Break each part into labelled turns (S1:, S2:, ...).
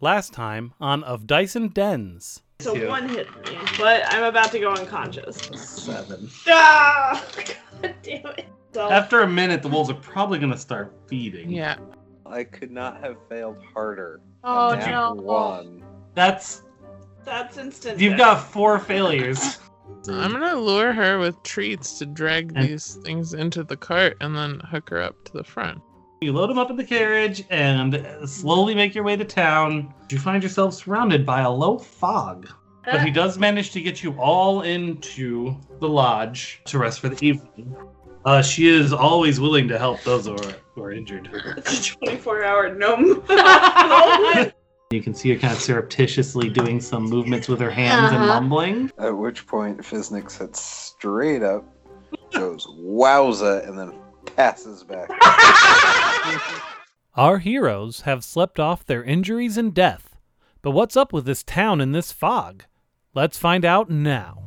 S1: last time on Of Dyson Dens.
S2: So
S3: Two.
S2: one hit me, but I'm about to go unconscious.
S3: Seven.
S2: Ah! God damn it. So,
S3: After a minute, the wolves are probably gonna start feeding.
S4: Yeah.
S5: I could not have failed harder.
S4: Oh
S5: And that
S4: no.
S5: One.
S3: That's
S2: that's instant.
S3: you've got four failures.
S4: I'm gonna lure her with treats to drag
S3: And-
S4: these things into the cart and then hook her up to the front.
S3: You load them up in the carriage and slowly make your way to town. You find yourself surrounded by a low fog, but he does manage to get you all into the lodge to rest for the evening. Uh, she is always willing to help those who are, who are injured.
S2: It's a 24 hour gnome.
S3: Uh, You can see her kind of surreptitiously doing some movements with her hands and
S2: Uh-huh.
S3: mumbling.
S5: At which point, Fisnik sits straight up, goes wowza, and then passes back.
S1: Our heroes have slept off their injuries and death. But what's up with this town and this fog? Let's find out now.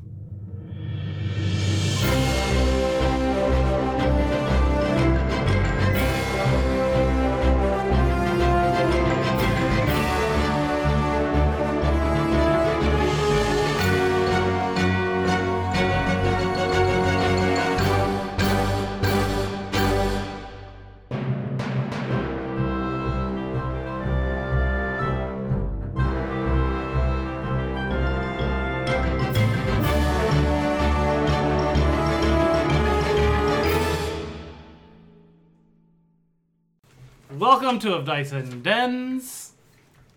S3: Welcome to Of Dice and Dens.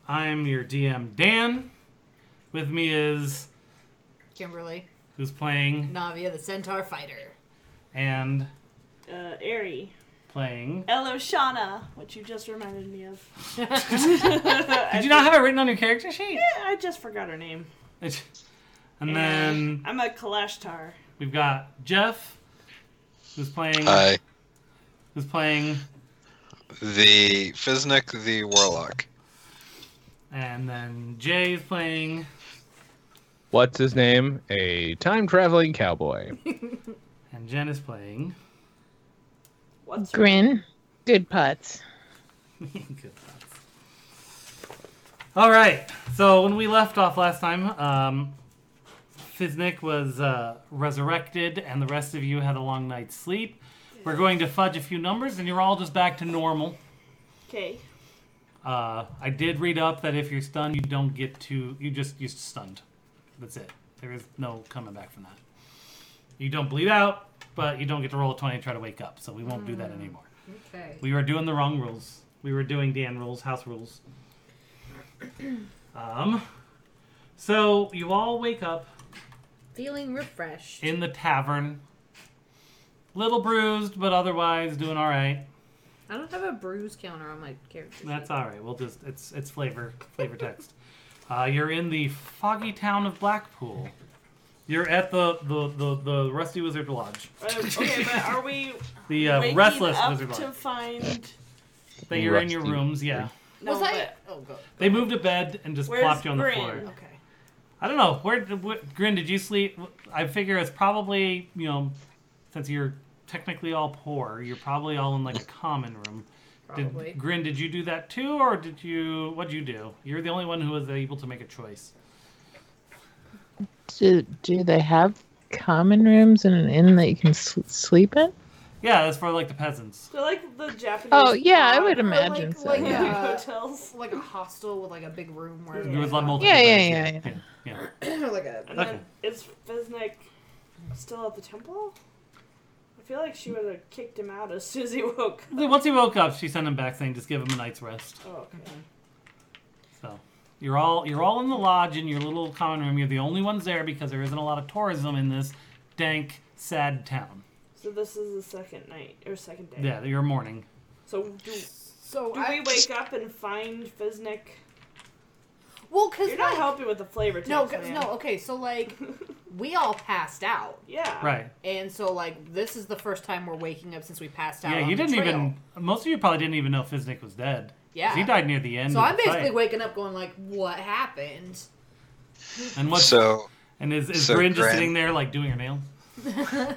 S3: I'm your DM, Dan. With me is
S6: Kimberly,
S3: who's playing
S6: Navia, the Centaur fighter.
S3: and
S2: uh, Airy.
S3: playing.
S2: Eloshana, which you just reminded me of.
S3: Did you not have it written on your character sheet?
S2: I just forgot her name.
S3: And then
S2: I'm a Kalashtar.
S3: we've got Jeff, who's playing
S7: Hi.
S3: who's playing,
S7: The Fiznik the Warlock.
S3: and then Jay is playing,
S8: What's his name? A time traveling cowboy.
S3: and Jen is playing.
S2: What's her
S9: Grin. Good putts.
S3: Good thoughts. All right. So when we left off last time, um, Fiznik was uh, resurrected, and the rest of you had a long night's sleep. We're going to fudge a few numbers, and you're all just back to normal.
S2: Okay.
S3: Uh, I did read up that if you're stunned, you don't get to. You just you're stunned. That's it. There is no coming back from that. You don't bleed out, but you don't get to roll a twenty and try to wake up. So we won't do that anymore.
S6: Okay.
S3: We were doing the wrong rules. We were doing Dan rules, house rules. Um, so you all wake up
S6: Feeling refreshed.
S3: in the tavern, little bruised, but otherwise doing all right.
S6: I don't have a bruise counter on my character.
S3: That's all right. We'll just it's it's flavor flavor text. Uh, you're in the foggy town of Blackpool. You're at the the the, the Rusty Wizard Lodge,
S2: Uh, okay, but are we
S3: the uh,
S2: waking
S3: Restless
S2: up
S3: Wizard
S2: to
S3: Lodge.
S2: find?
S3: That you're in your
S8: Rusty
S3: rooms. Yeah,
S2: No,
S6: Was I?
S2: but
S6: Oh, go.
S3: they moved a bed and just
S2: where's
S3: plopped you on the
S2: Grin?
S3: floor.
S2: Okay.
S3: I don't know. Where, where Grin, did you sleep? I figure it's probably, you know, since you're technically all poor, you're probably all in like a common room.
S6: Probably.
S3: Did, Grin, did you do that too, or did you? What'd you do? You're the only one who was able to make a choice.
S9: Do, do they have common rooms and an inn that you can s- sleep in?
S3: Yeah, that's for like the peasants.
S2: So like the Japanese.
S9: Oh, yeah, I would
S2: pod, or,
S9: imagine
S2: like,
S9: so,
S2: Like
S9: yeah.
S2: the hotels.
S6: Like a hostel with like a big room where.
S3: You would love multiple
S9: Yeah, yeah,
S3: beds,
S9: yeah,
S3: yeah, yeah.
S6: like a.
S2: And
S3: Okay.
S2: then is Fiznik still at the temple? I feel like she would have kicked him out as soon as he woke.
S3: Then Once he woke up, she sent him back saying, "Just give him a night's rest."
S2: Oh, okay.
S3: So you're all you're all in the lodge in your little common room. You're the only ones there because there isn't a lot of tourism in this dank, sad town.
S2: So this is the second night or second day.
S3: Yeah, your morning.
S2: So do, do
S6: So
S2: we
S6: I.
S2: wake up and find Fiznik?
S6: Well, because.
S2: You're not helping with the flavor.
S6: No,
S2: text,
S6: 'cause-
S2: man.
S6: no, okay, so like. We all passed out,
S2: Yeah.
S3: Right.
S6: and so like this is the first time we're waking up since we passed out.
S3: Yeah,
S6: on
S3: you
S6: the
S3: didn't
S6: trail.
S3: even. Most of you probably didn't even know Fiznik was dead. 'Cause
S6: Yeah,
S3: He died near the end.
S6: So
S3: of
S6: I'm
S3: the
S6: basically
S3: fight.
S6: waking up going like, what happened?
S3: And what's
S7: So
S3: and is, is
S7: so
S3: Grin just
S7: Grin-
S3: sitting there like doing her nails?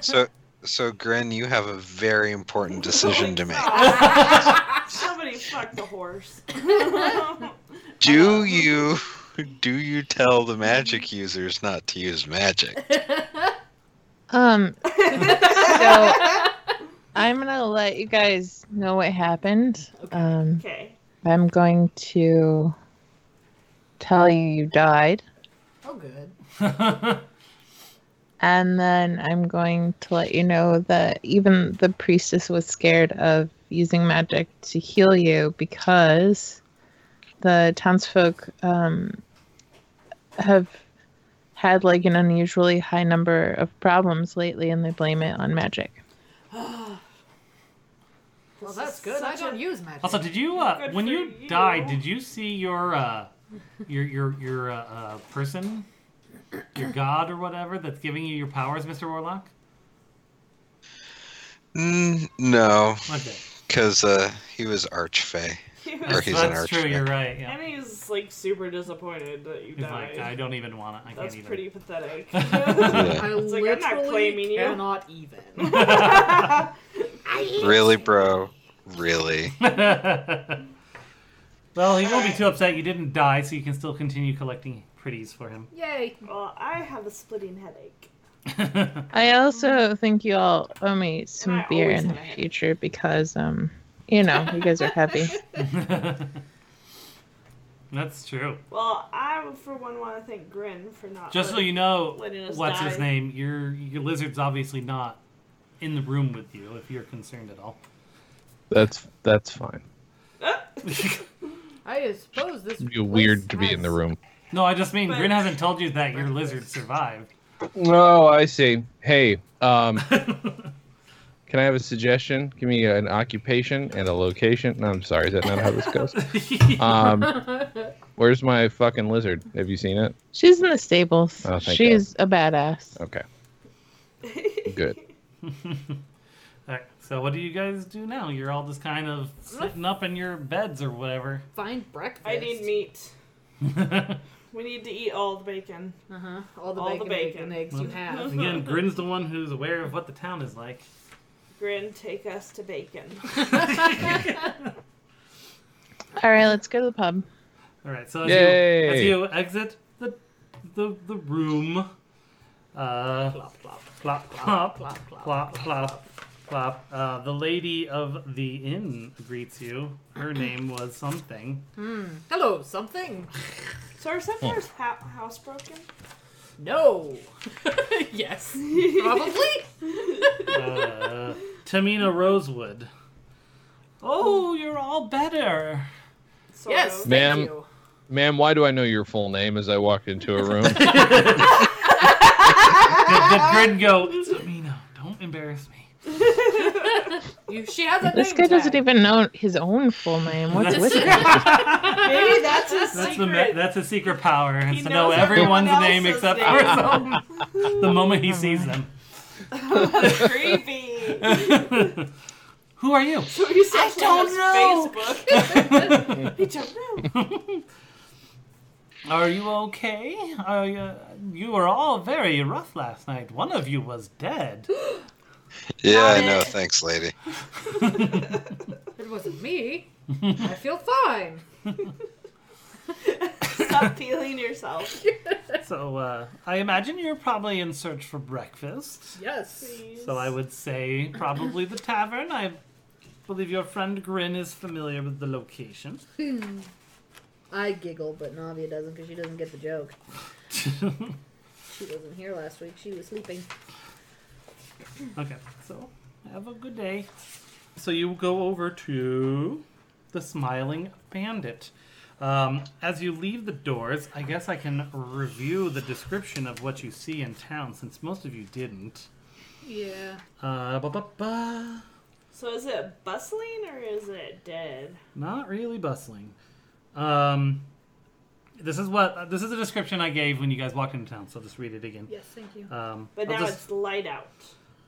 S7: so so Grin, you have a very important
S6: Oh,
S7: decision to make.
S2: Somebody fucked the horse.
S5: Do you do you tell the magic users not to use magic?
S9: Um, so I'm gonna let you guys know what happened. Um,
S2: okay.
S9: I'm going to tell you you died,
S6: oh, good.
S9: and then I'm going to let you know that even the priestess was scared of using magic to heal you because the townsfolk um, have had like an unusually high number of problems lately, and they blame it on magic.
S6: Well,
S2: This
S6: that's
S2: is
S6: good. I
S2: such a-
S6: don't use magic.
S3: Also, did you uh,
S2: Good
S3: when
S2: for
S3: you,
S2: you.
S3: died? Did you see your uh, your your your uh, uh, person, your god or whatever that's giving you your powers, Mister Warlock?
S5: Mm, no,
S3: Okay,
S5: because uh, he was archfey.
S2: He
S5: Or
S2: was,
S5: he's an
S3: that's true.
S5: archfey.
S3: You're right. Yeah.
S2: and he's like super disappointed that you
S3: He's
S2: died.
S3: like, I don't even want it. I
S2: That's
S3: can't
S2: pretty pathetic.
S5: Yeah.
S6: I
S2: It's like,
S6: literally
S2: I'm not claiming you.
S6: cannot even.
S5: Really, bro? Really?
S3: even. well, he won't be too upset. You didn't die, so you can still continue collecting pretties for him.
S6: Yay.
S2: well, I have a splitting headache.
S9: I also think you all owe me some
S2: I
S9: beer
S2: always
S9: in the
S2: have it.
S9: future because, um, you know, you guys are heavy.
S3: that's true.
S2: Well, I for one want to thank Grin for not.
S3: Just so
S2: letting-
S3: you know,
S2: letting us
S3: what's his
S2: die.
S3: name? Your your lizard's obviously not in the room with you if you're concerned at all.
S4: That's that's fine.
S6: I suppose this
S4: It'd be
S6: place
S4: weird to be in the
S6: has-
S4: room.
S3: No, I just mean
S2: But-
S3: Grin hasn't told you that your lizard survived.
S4: Oh, I see. Hey, um, can I have a suggestion? Give me an occupation and a location. No, I'm sorry. Is that not how this goes? Um, where's my fucking lizard? Have you seen it?
S9: She's in the stables.
S4: Oh, thank
S9: She's a badass.
S4: Okay. Good.
S3: all right. So what do you guys do now? You're all just kind of sitting up in your beds or whatever.
S6: Find breakfast.
S2: I need meat. We need to eat all the bacon.
S6: Uh-huh. All the
S2: All the
S6: bacon, bacon.
S2: bacon.
S6: and eggs you
S2: Mm-hmm.
S6: have.
S3: Again, Grin's the one who's aware of what the town is like.
S2: Grin, take us to bacon.
S9: All right, let's go to the pub.
S3: All right, so as,
S4: Yay.
S3: You, as you exit the the, the room, uh, plop, plop, plop, plop, plop, plop, plop, Uh, the lady of the inn greets you. Her name was something.
S6: Hello, something.
S2: So are
S3: Hmm.
S2: settlers ha- housebroken?
S6: No. yes. Probably.
S3: Uh, Tamina Rosewood. Oh, you're all better.
S2: Sort
S6: yes.
S2: of.
S4: Ma'am.
S6: Thank you.
S4: Ma'am, why do I know your full name as I walked into a room?
S3: Did, did Grin go? Tamina, don't embarrass me.
S6: You- She has a
S9: This
S6: name
S9: guy doesn't
S6: tag.
S9: even know his own full name. What's with it?
S2: Maybe that's his
S3: That's the ma-
S2: secret.
S3: that's his secret power is
S2: He
S3: to know
S2: knows
S3: everyone's
S2: everyone
S3: name
S2: else's
S3: except
S2: name.
S3: ours own. the moment he sees them.
S2: creepy.
S3: Who are you?
S2: So he I
S6: don't
S2: know. Facebook. I don't know.
S3: Are you okay? Are you, you were all very rough last night. One of you was dead.
S5: Yeah, I know. Thanks, lady.
S6: It wasn't me. I feel fine.
S2: Stop peeling yourself,
S3: So uh, I imagine you're probably in search for breakfast.
S6: Yes.
S2: please.
S3: So I would say probably the tavern. I believe your friend Grin is familiar with the location.
S6: I giggle, but Navia doesn't because she doesn't get the joke. She wasn't here last week. She was sleeping.
S3: Okay, so have a good day. So you go over to the Smiling Bandit. Um, as you leave the doors, I guess I can review the description of what you see in town since most of you didn't.
S6: Yeah.
S3: Uh, ba ba ba.
S2: So is it bustling or is it dead?
S3: Not really bustling. Um, this is what this is the description I gave when you guys walked into town. So I'll just read it again.
S6: Yes, thank you.
S3: Um,
S2: But
S3: I'll
S2: now
S3: just-
S2: it's light out.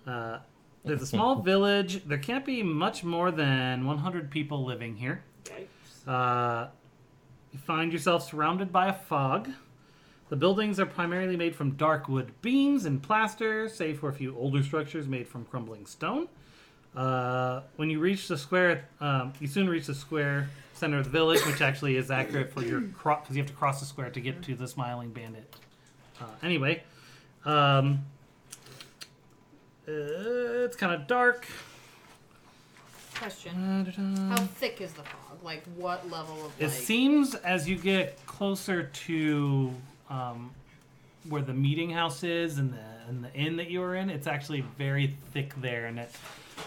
S3: Uh, there's a small village. There can't be much more than 100 people living here.
S2: Okay.
S3: Uh, you find yourself surrounded by a fog. The buildings are primarily made from dark wood beams and plaster, save for a few older structures made from crumbling stone. Uh, when you reach the square, um, you soon reach the square center of the village, which actually is accurate for your cross because you have to cross the square to get to the smiling bandit. Uh, anyway, um, uh, it's kind of dark.
S6: Question: How thick is the fog? Like what level of
S3: It
S6: like?
S3: seems as you get closer to um, where the meeting house is and the and the inn that you were in, it's actually very thick there, and it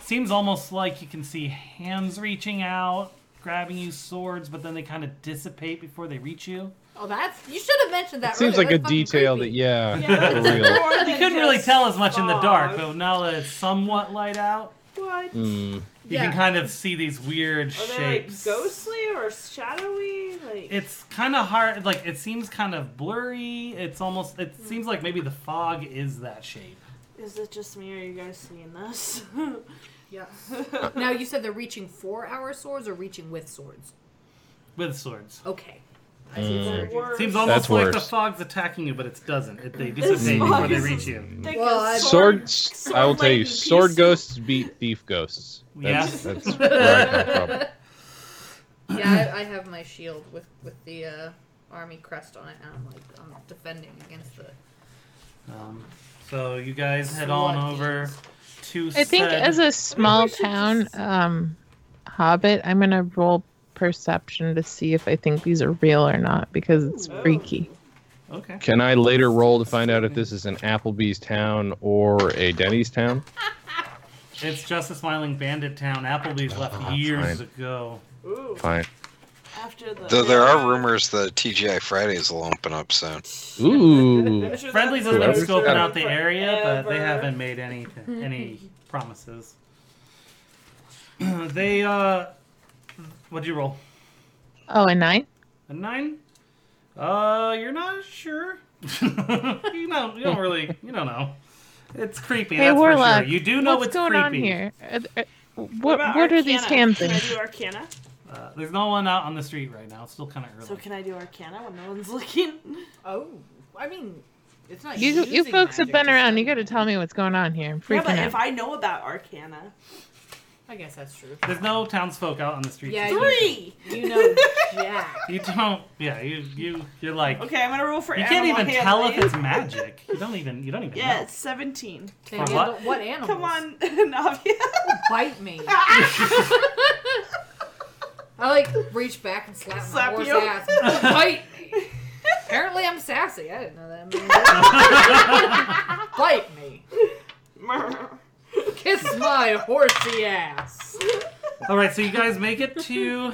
S3: seems almost like you can see hands reaching out, grabbing you swords, but then they kind of dissipate befefore they reach you.
S6: oh, that's you should have mentioned that.
S4: It seems
S6: earlier.
S4: like a
S6: That's fucking
S4: detail
S6: creepy.
S4: that yeah,
S3: Yeah.
S4: for real.
S3: you couldn't really tell as much in the dark, but now that it's somewhat light out,
S2: What?
S4: Mm.
S3: you
S2: Yeah.
S3: can kind of see these weird
S2: Are
S3: shapes.
S2: they like ghostly or shadowy? Like
S3: It's kind of hard. Like it seems kind of blurry. It's almost. It seems like maybe the fog is that shape.
S2: Is it just me or are you guys seeing this?
S6: yeah. now you said they're reaching for our swords or reaching with swords.
S3: with swords.
S6: Okay.
S2: Mm. Worse.
S3: Seems almost
S4: That's
S3: like the
S4: worse.
S3: fog's attacking you, but it doesn't. It, they
S2: This
S3: dissipate
S2: fog
S3: before they
S2: is
S3: reach you.
S2: Thick
S6: Well, I-
S2: as
S4: Sword,
S2: sword
S4: I will tell you,
S2: lightning
S4: sword
S2: piece.
S4: ghosts beat thief ghosts. That's,
S3: Yeah.
S4: that's where I come from.
S6: Yeah, I, I have my shield with with the uh, army crest on it, and I'm like I'm defending against the.
S3: Um, so you guys head on
S6: Slug
S3: over to.
S9: I think
S3: said-
S9: as a small town um, hobbit, I'm gonna roll perception to see if I think these are real or not because it's freaky.
S3: okay.
S4: Can I later roll to find out if this is an Applebee's town or a Denny's town?
S3: It's just a smiling bandit town. Applebee's left
S4: Oh,
S3: years
S4: fine.
S3: ago.
S2: Ooh,
S4: Fine.
S2: after the.
S5: Though there are rumors that TGI Fridays will open up soon.
S4: Ooh.
S2: Sure
S3: Friendlies has
S2: that's
S3: been
S4: Whoever's
S3: scoping
S4: got
S3: out the area, but they
S2: forever.
S3: haven't made any any promises. they uh, what'd you roll?
S9: Oh, a nine.
S3: A nine? Uh, you're not sure. you know, you don't really, you don't know. It's creepy.
S9: Hey,
S3: that's for
S9: Warlock,
S3: sure. You do know
S9: What's
S3: it's
S9: going
S3: creepy.
S9: on here? Are th- are-
S2: What
S9: what
S2: about
S9: what are these
S2: Arcana?
S9: hand
S2: Can I do
S9: things?
S2: Arcana?
S3: Uh, there's no one out on the street right now. It's still kind of early.
S2: So can I do Arcana when no one's looking?
S6: Oh, I mean, it's not.
S9: You you
S6: using
S9: folks have
S6: magic,
S9: been
S6: just-
S9: around. You got to tell me what's going on here. I'm
S2: Yeah,
S9: freaking
S2: but if
S9: out.
S2: I know about Arcana,
S6: I guess that's true.
S3: There's no townsfolk out on the street.
S6: Yeah,
S2: three.
S6: You know, Jack.
S3: You don't. Yeah, you you you're like.
S2: Okay, I'm gonna roll for.
S3: You can't
S2: animal
S3: even tell if
S2: handling.
S3: it's magic. You don't even. You don't even.
S2: Yeah, it's seventeen.
S6: Can
S3: What?
S6: handle- what animals?
S2: Come on, Navia.
S6: bite me. I like reach back and slap,
S2: Slap
S6: my horse
S2: you.
S6: ass. Bite me. Apparently, I'm sassy. I didn't know that. bite me.
S2: Um,
S6: Kiss my horsey ass.
S3: All right, so you guys make it to. You,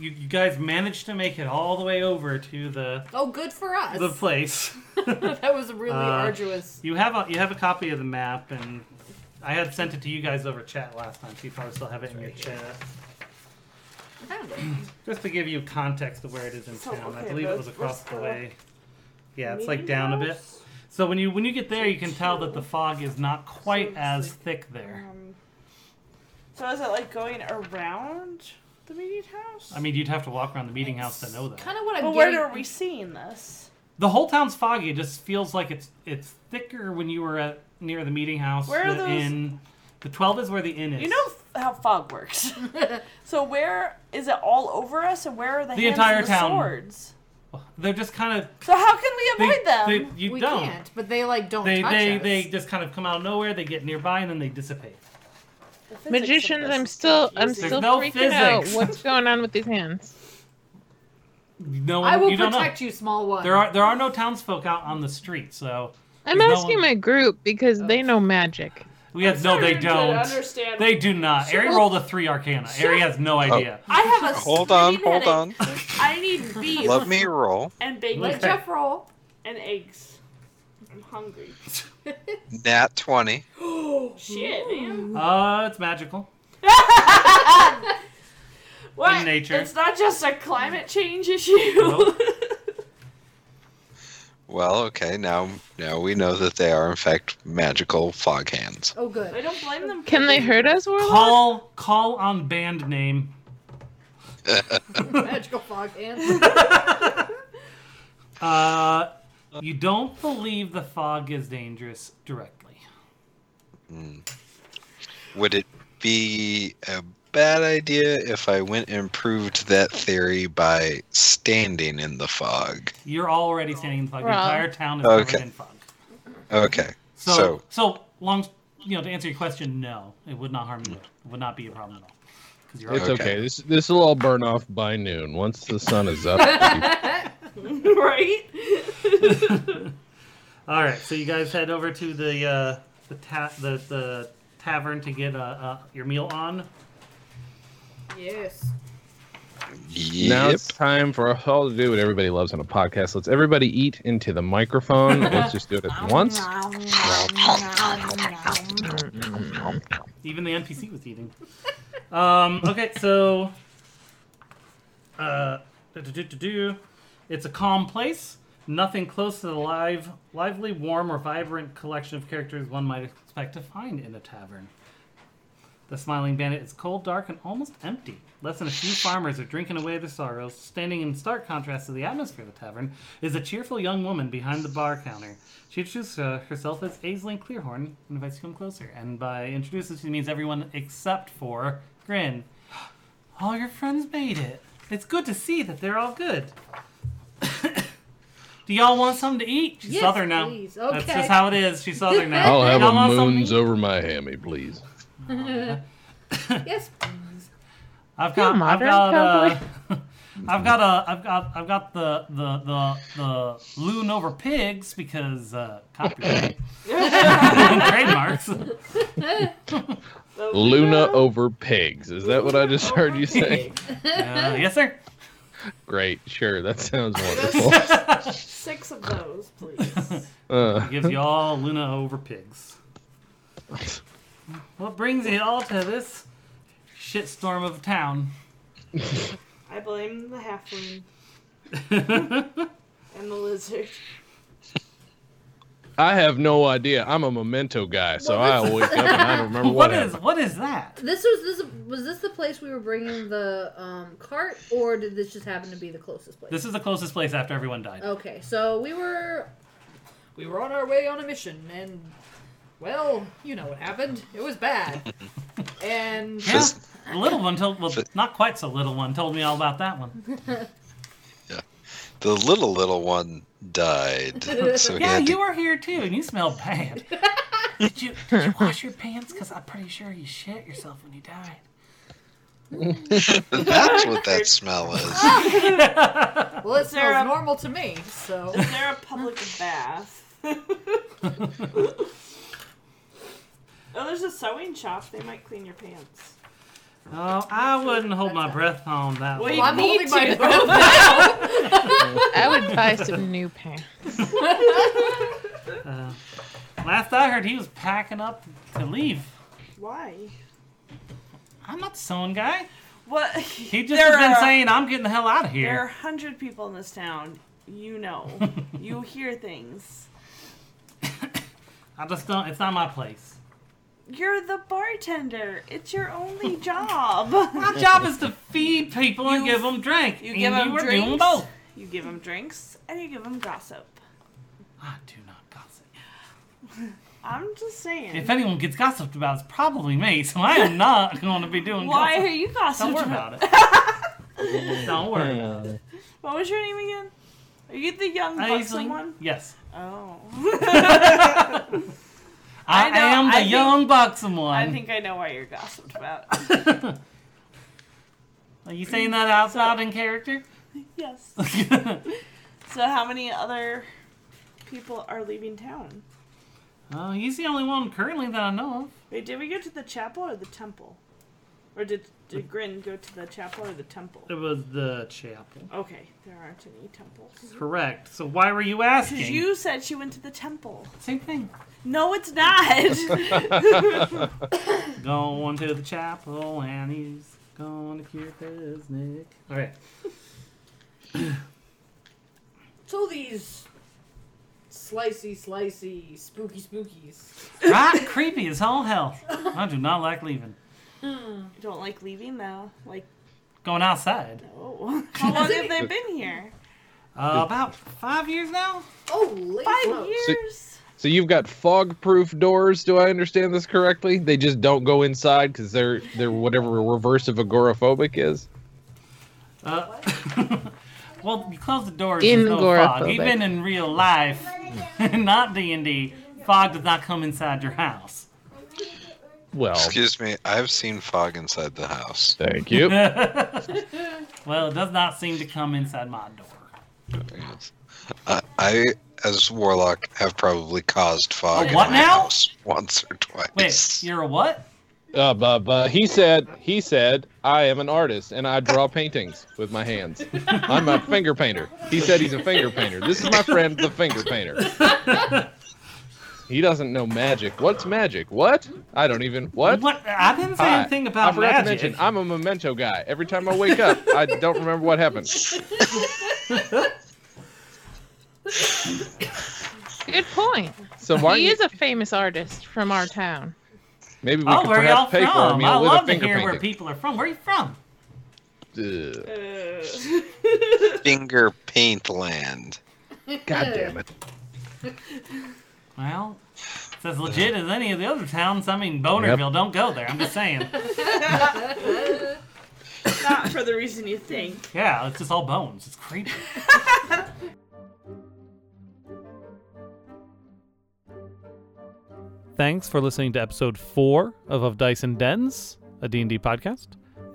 S3: you guys managed to make it all the way over to the
S6: Oh, good for us.
S3: the place.
S6: that was a really
S3: Uh,
S6: arduous.
S3: You have a you have a copy of the map, and I had sent it to you guys over chat last time, so you probably still have it in your chat.
S6: I found it.
S3: Just to give you context of where it is in
S2: So,
S3: town, I
S2: okay,
S3: believe it
S2: but
S3: was
S2: we're
S3: across the
S2: still
S3: way. Yeah, it's
S2: Meeting
S3: like down a bit.
S2: house?
S3: So when you when you get there, you can tell that the fog is not quite as thick there.
S2: Um, so is it like going around the meeting house?
S3: I mean, youan you'd have to walk around the meeting house to know that.
S6: Kind of what I'm
S2: well,
S6: getting.
S2: where are we seeing this?
S3: The whole town's foggy. It just feels like it's it's thicker when you were at near the meeting house.
S2: Where are
S3: the
S2: those-
S3: inn. The twelve is where the inn is.
S2: You know f- how fog works. so where is it all over us, and where are the,
S3: The
S2: hands
S3: entire
S2: and the
S3: town.
S2: swords?
S3: they're just kind of.
S2: So how can we
S3: They,
S2: avoid them?
S3: they- you
S6: we
S3: don't.
S6: can't, but they like don't
S3: they
S6: touch
S3: they,
S6: us.
S3: they just kind of come out of nowhere. They get nearby and then they dissipate.
S2: The physics of
S9: Magicians,
S2: this
S9: I'm
S2: is
S9: still I'm
S2: confusing.
S9: still
S3: no
S9: freaking out.
S3: physics.
S9: What's going on with these hands?
S3: No one,
S6: I will
S3: you don't know.
S6: protect you, small one.
S3: There are there are no townsfolk out on the street, so
S9: I'm
S3: There's no
S9: asking
S3: one-
S9: my group because they know magic.
S3: we have no. They
S2: Starting to
S3: don't.
S2: Understand.
S3: They do not. Ari rolled a three arcana. Ari has no idea.
S2: I have a
S5: Hold on,
S2: splitting
S5: hold on.
S2: headache. I need beef
S5: Let me roll.
S2: and bacon
S6: Let
S3: Okay.
S6: Jeff roll.
S2: and eggs. I'm hungry.
S5: Nat 20.
S2: Shit, man.
S3: Uh, it's magical.
S2: What?
S3: nature.
S2: It's not just a climate change issue.
S3: Nope.
S5: Well, okay, now now we know that they are in fact magical fog hands.
S6: Oh, good.
S2: I don't blame them. for
S9: Can they
S2: being-
S9: hurt us, Warlock?
S3: Call call on band name.
S6: Magical fog and
S3: Uh, you don't believe the fog is dangerous directly.
S5: Would it be a bad idea if I went and proved that theory by standing in the fog.
S3: You're already standing in the fog. The
S9: Wrong.
S3: entire town is
S5: Okay.
S3: covered in fog.
S5: Okay.
S3: So,
S5: So,
S3: so, long, you know, to answer your question, no, it would not harm you. It would not be a problem at all. 'Cause you're
S4: It's
S3: already-
S4: okay. This this will all burn off by noon once the sun is up.
S2: right?
S3: All right, so you guys head over to the uh, the, ta- the the tavern to get uh, uh, your meal on.
S2: Yes.
S4: Now
S5: yep.
S4: it's time for us all to do what everybody loves on a podcast. Let's everybody eat into the microphone. Let's just do it at once.
S3: Even the NPC was eating. um, okay, so uh, do-do-do-do-do. it's a calm place. Nothing close to the live, lively, warm, or vibrant collection of characters one might expect to find in a tavern. The Smiling Bandit is cold, dark, and almost empty. Less than a few farmers are drinking away their sorrows. Standing in stark contrast to the atmosphere of the tavern is a cheerful young woman behind the bar counter. She introduces uh, herself as Aisling Clearhorn and invites you to come closer. And by introduces, she means everyone except for Grin. All your friends made it. It's good to see that they're all good. Do y'all want something to eat? She's
S6: Yes,
S3: Southern now.
S6: please.
S3: That's
S6: Okay.
S3: just how it is. She's Southern now.
S4: I'll have
S3: Y'all
S4: a
S3: want something to
S4: moons over my hammy, please.
S6: yes, please.
S3: I've
S9: You're
S3: got, I've
S9: modern,
S3: got, uh, I've got a, I've got, I've got the, the, the, the loon over pigs because uh, copyright trademarks. Uh,
S4: Luna over pigs. Is that what I just heard you say?
S3: Uh, yes, sir.
S4: Great. Sure. That sounds wonderful.
S2: Six of those, please.
S4: Uh,
S3: Gives you all Luna over pigs. What brings you all to this shitstorm of a town?
S2: I blame the halfling
S3: All
S2: and the lizard.
S4: I have no idea. I'm a memento guy, so
S6: Well,
S4: I wake up and I don't remember what,
S3: What is,
S4: happened.
S3: what is that?
S6: This was this was this the place we were bringing the um, cart, or did this just happen to be the closest place?
S3: This is the closest place after everyone died.
S6: Okay, so we were we were on our way on a mission, and well, you know what happened. It was bad, and
S3: Yeah, a little one told, well, not quite so little one told me all about that one.
S5: the little little one died. So he
S3: Yeah,
S5: had to-
S3: you were here too, and you smell bad. did you did you wash your pants? Because I'm pretty sure you shit yourself when you died.
S5: that's what that smell is.
S6: well, it
S2: Sarah.
S6: smells normal to me. So
S2: Is there a public bath? oh, there's a sewing shop. They might clean your pants.
S3: Oh, I wouldn't hold my breath on that
S2: Well,
S3: one.
S2: you
S6: I'm
S2: need
S6: holding my
S2: to.
S6: breath
S9: I would buy some new pants.
S3: Last I heard, he was packing up to leave.
S2: Why?
S3: I'm not the sewing guy.
S2: What?
S3: He just has been
S2: are,
S3: saying, "I'm getting the hell out of
S2: There are a
S3: here."
S2: hundred people in this town. You know. you hear things.
S3: I just don't. It's not my place.
S2: You're the bartender. It's your only job.
S3: My job is to feed people and
S2: You-
S3: give them drink.
S2: you
S3: and
S2: give 'em
S3: you were doing
S2: drinks.
S3: both.
S2: you give them drinks and you give them gossip.
S3: I do not gossip.
S2: I'm just saying.
S3: If anyone gets gossiped about, it's probably me. So I am not going to be doing.
S2: Why
S3: gossip.
S2: are you gossiping?
S3: Don't worry about it. Don't worry. about it.
S2: What was your name again? Are you the young
S3: I
S2: buxom
S3: usually-
S2: one?
S3: Yes.
S2: Oh.
S3: I,
S2: I know,
S3: am the
S2: I think-
S3: young buxom one.
S2: I think I know why you're gossiped about.
S3: Are you saying that out loud in character? Uh,
S2: yes. So how many other people are leaving town?
S3: Oh, he's the only one currently that I know of.
S2: Wait, did we go to the chapel or the temple? Or did did Grin go to the chapel or the temple?
S3: It was the chapel.
S2: Okay, there aren't any temples.
S3: Correct. So why were you asking?
S2: Because you said she went to the temple.
S3: Same thing.
S2: No, it's not.
S3: Going to the chapel and he's going to cure Nick. All right.
S6: so these slicey, slicey, spooky, spookies.
S3: Right? Creepy as all hell. I do not like leaving.
S2: Don't like leaving though. Like
S3: Going outside.
S2: no. How long have they been here?
S3: Uh, about five years now?
S6: Oh, lady.
S2: Five
S6: Whoa.
S2: years.
S4: So you've got fog-proof doors. Do I understand this correctly? They just don't go inside because they're they're whatever reverse of agoraphobic is.
S10: Uh, well, you close the doors.
S4: In
S10: there's no fog.
S4: agoraphobic.
S10: Even in real life, not D and D, fog does not come inside your house.
S4: Well,
S5: excuse me, I've seen fog inside the house.
S4: Thank
S10: well, it does not seem to come inside my door.
S5: uh, I, as warlock, have probably caused fog.
S10: Oh, what
S5: in my
S10: now?
S5: House once or twice.
S10: Wait, you're a what?
S4: Uh, but, but he said he said I am an artist and I draw paintings with my hands. I'm a finger painter. He said he's a finger painter. This is my friend, the finger painter. He doesn't know magic. What's magic? What? I don't even what.
S10: What? I didn't say anything about
S4: I forgot
S10: magic.
S4: To mention, I'm a memento guy. Every time I wake up, I don't remember what happened.
S9: Good point.
S4: So why
S9: he
S4: you-
S9: is a famous artist from our town.
S4: Maybe we
S10: Oh,
S4: could
S10: where y'all
S4: perhaps pay for a
S10: from?
S4: meal
S10: I
S4: with
S10: love
S4: a
S10: to
S4: finger
S10: hear where
S4: painting.
S10: people are from. Where are you from?
S4: Ugh.
S5: Finger paint land.
S4: God damn it.
S10: Well, it's as legit as any of the other towns. I mean, Bonerville, don't go there. I'm just saying.
S2: Not for the reason you think.
S10: Yeah, it's just all bones. It's creepy.
S3: Thanks for listening to episode four of Of Dice and Dens, a D&D podcast.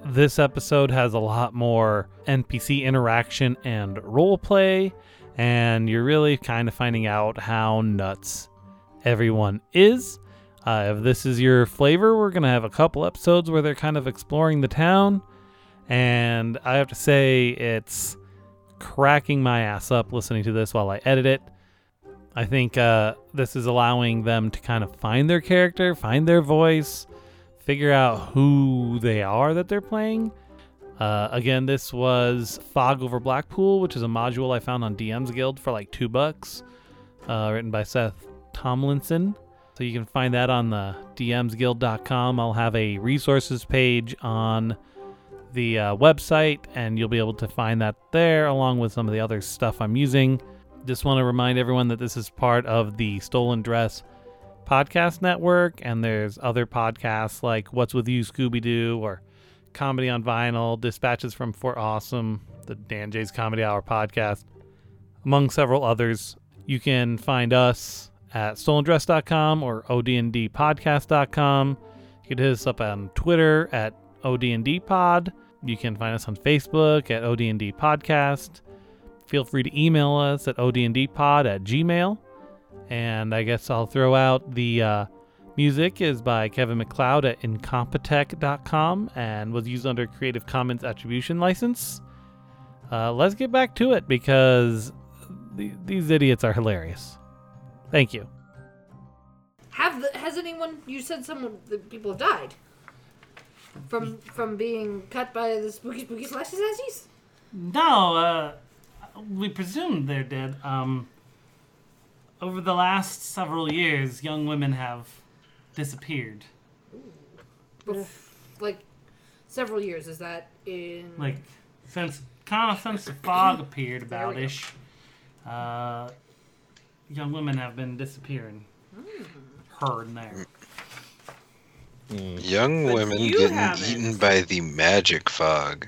S3: This episode has a lot more NPC interaction and role play, and you're really kind of finding out how nuts everyone is. Uh, if this is your flavor, we're going to have a couple episodes where they're kind of exploring the town, and I have to say it's cracking my ass up listening to this while I edit it. I think uh, this is allowing them to kind of find their character, find their voice, figure out who they are that they're playing. Uh, again, this was Fog Over Blackpool, which is a module I found on DM's Guild for like two bucks, uh, written by Seth Tomlinson. So you can find that on the dmsguild.com. I'll have a resources page on the uh, website, and you'll be able to find that there along with some of the other stuff I'm using. Just want to remind everyone that this is part of the Stolen Dress podcast network, and there's other podcasts like What's With You, Scooby Doo, or Comedy on Vinyl, Dispatches from Fort Awesome, the Dan Jay's Comedy Hour podcast, among several others. You can find us at stolendress.com or odndpodcast.com. You can hit us up on Twitter at odndpod. You can find us on Facebook at odndpodcast. Feel free to email us at odndpod at gmail. And I guess I'll throw out the uh, music is by Kevin McLeod at incompetech.com and was used under Creative Commons Attribution License. Uh, let's get back to it because th- these idiots are hilarious. Thank you.
S6: Have the, has anyone? You said someone. The people have died from from being cut by the spooky spooky slashes ashies.
S10: No, uh, we presume they're dead. Um, over the last several years, young women have disappeared.
S6: Bef- like several years. Is that in?
S10: Like, since kind of since the fog appeared about ish, uh, young women have been disappearing. Hmm. Her and there.
S5: Young women
S10: you
S5: getting
S10: haven't.
S5: eaten by the magic fog.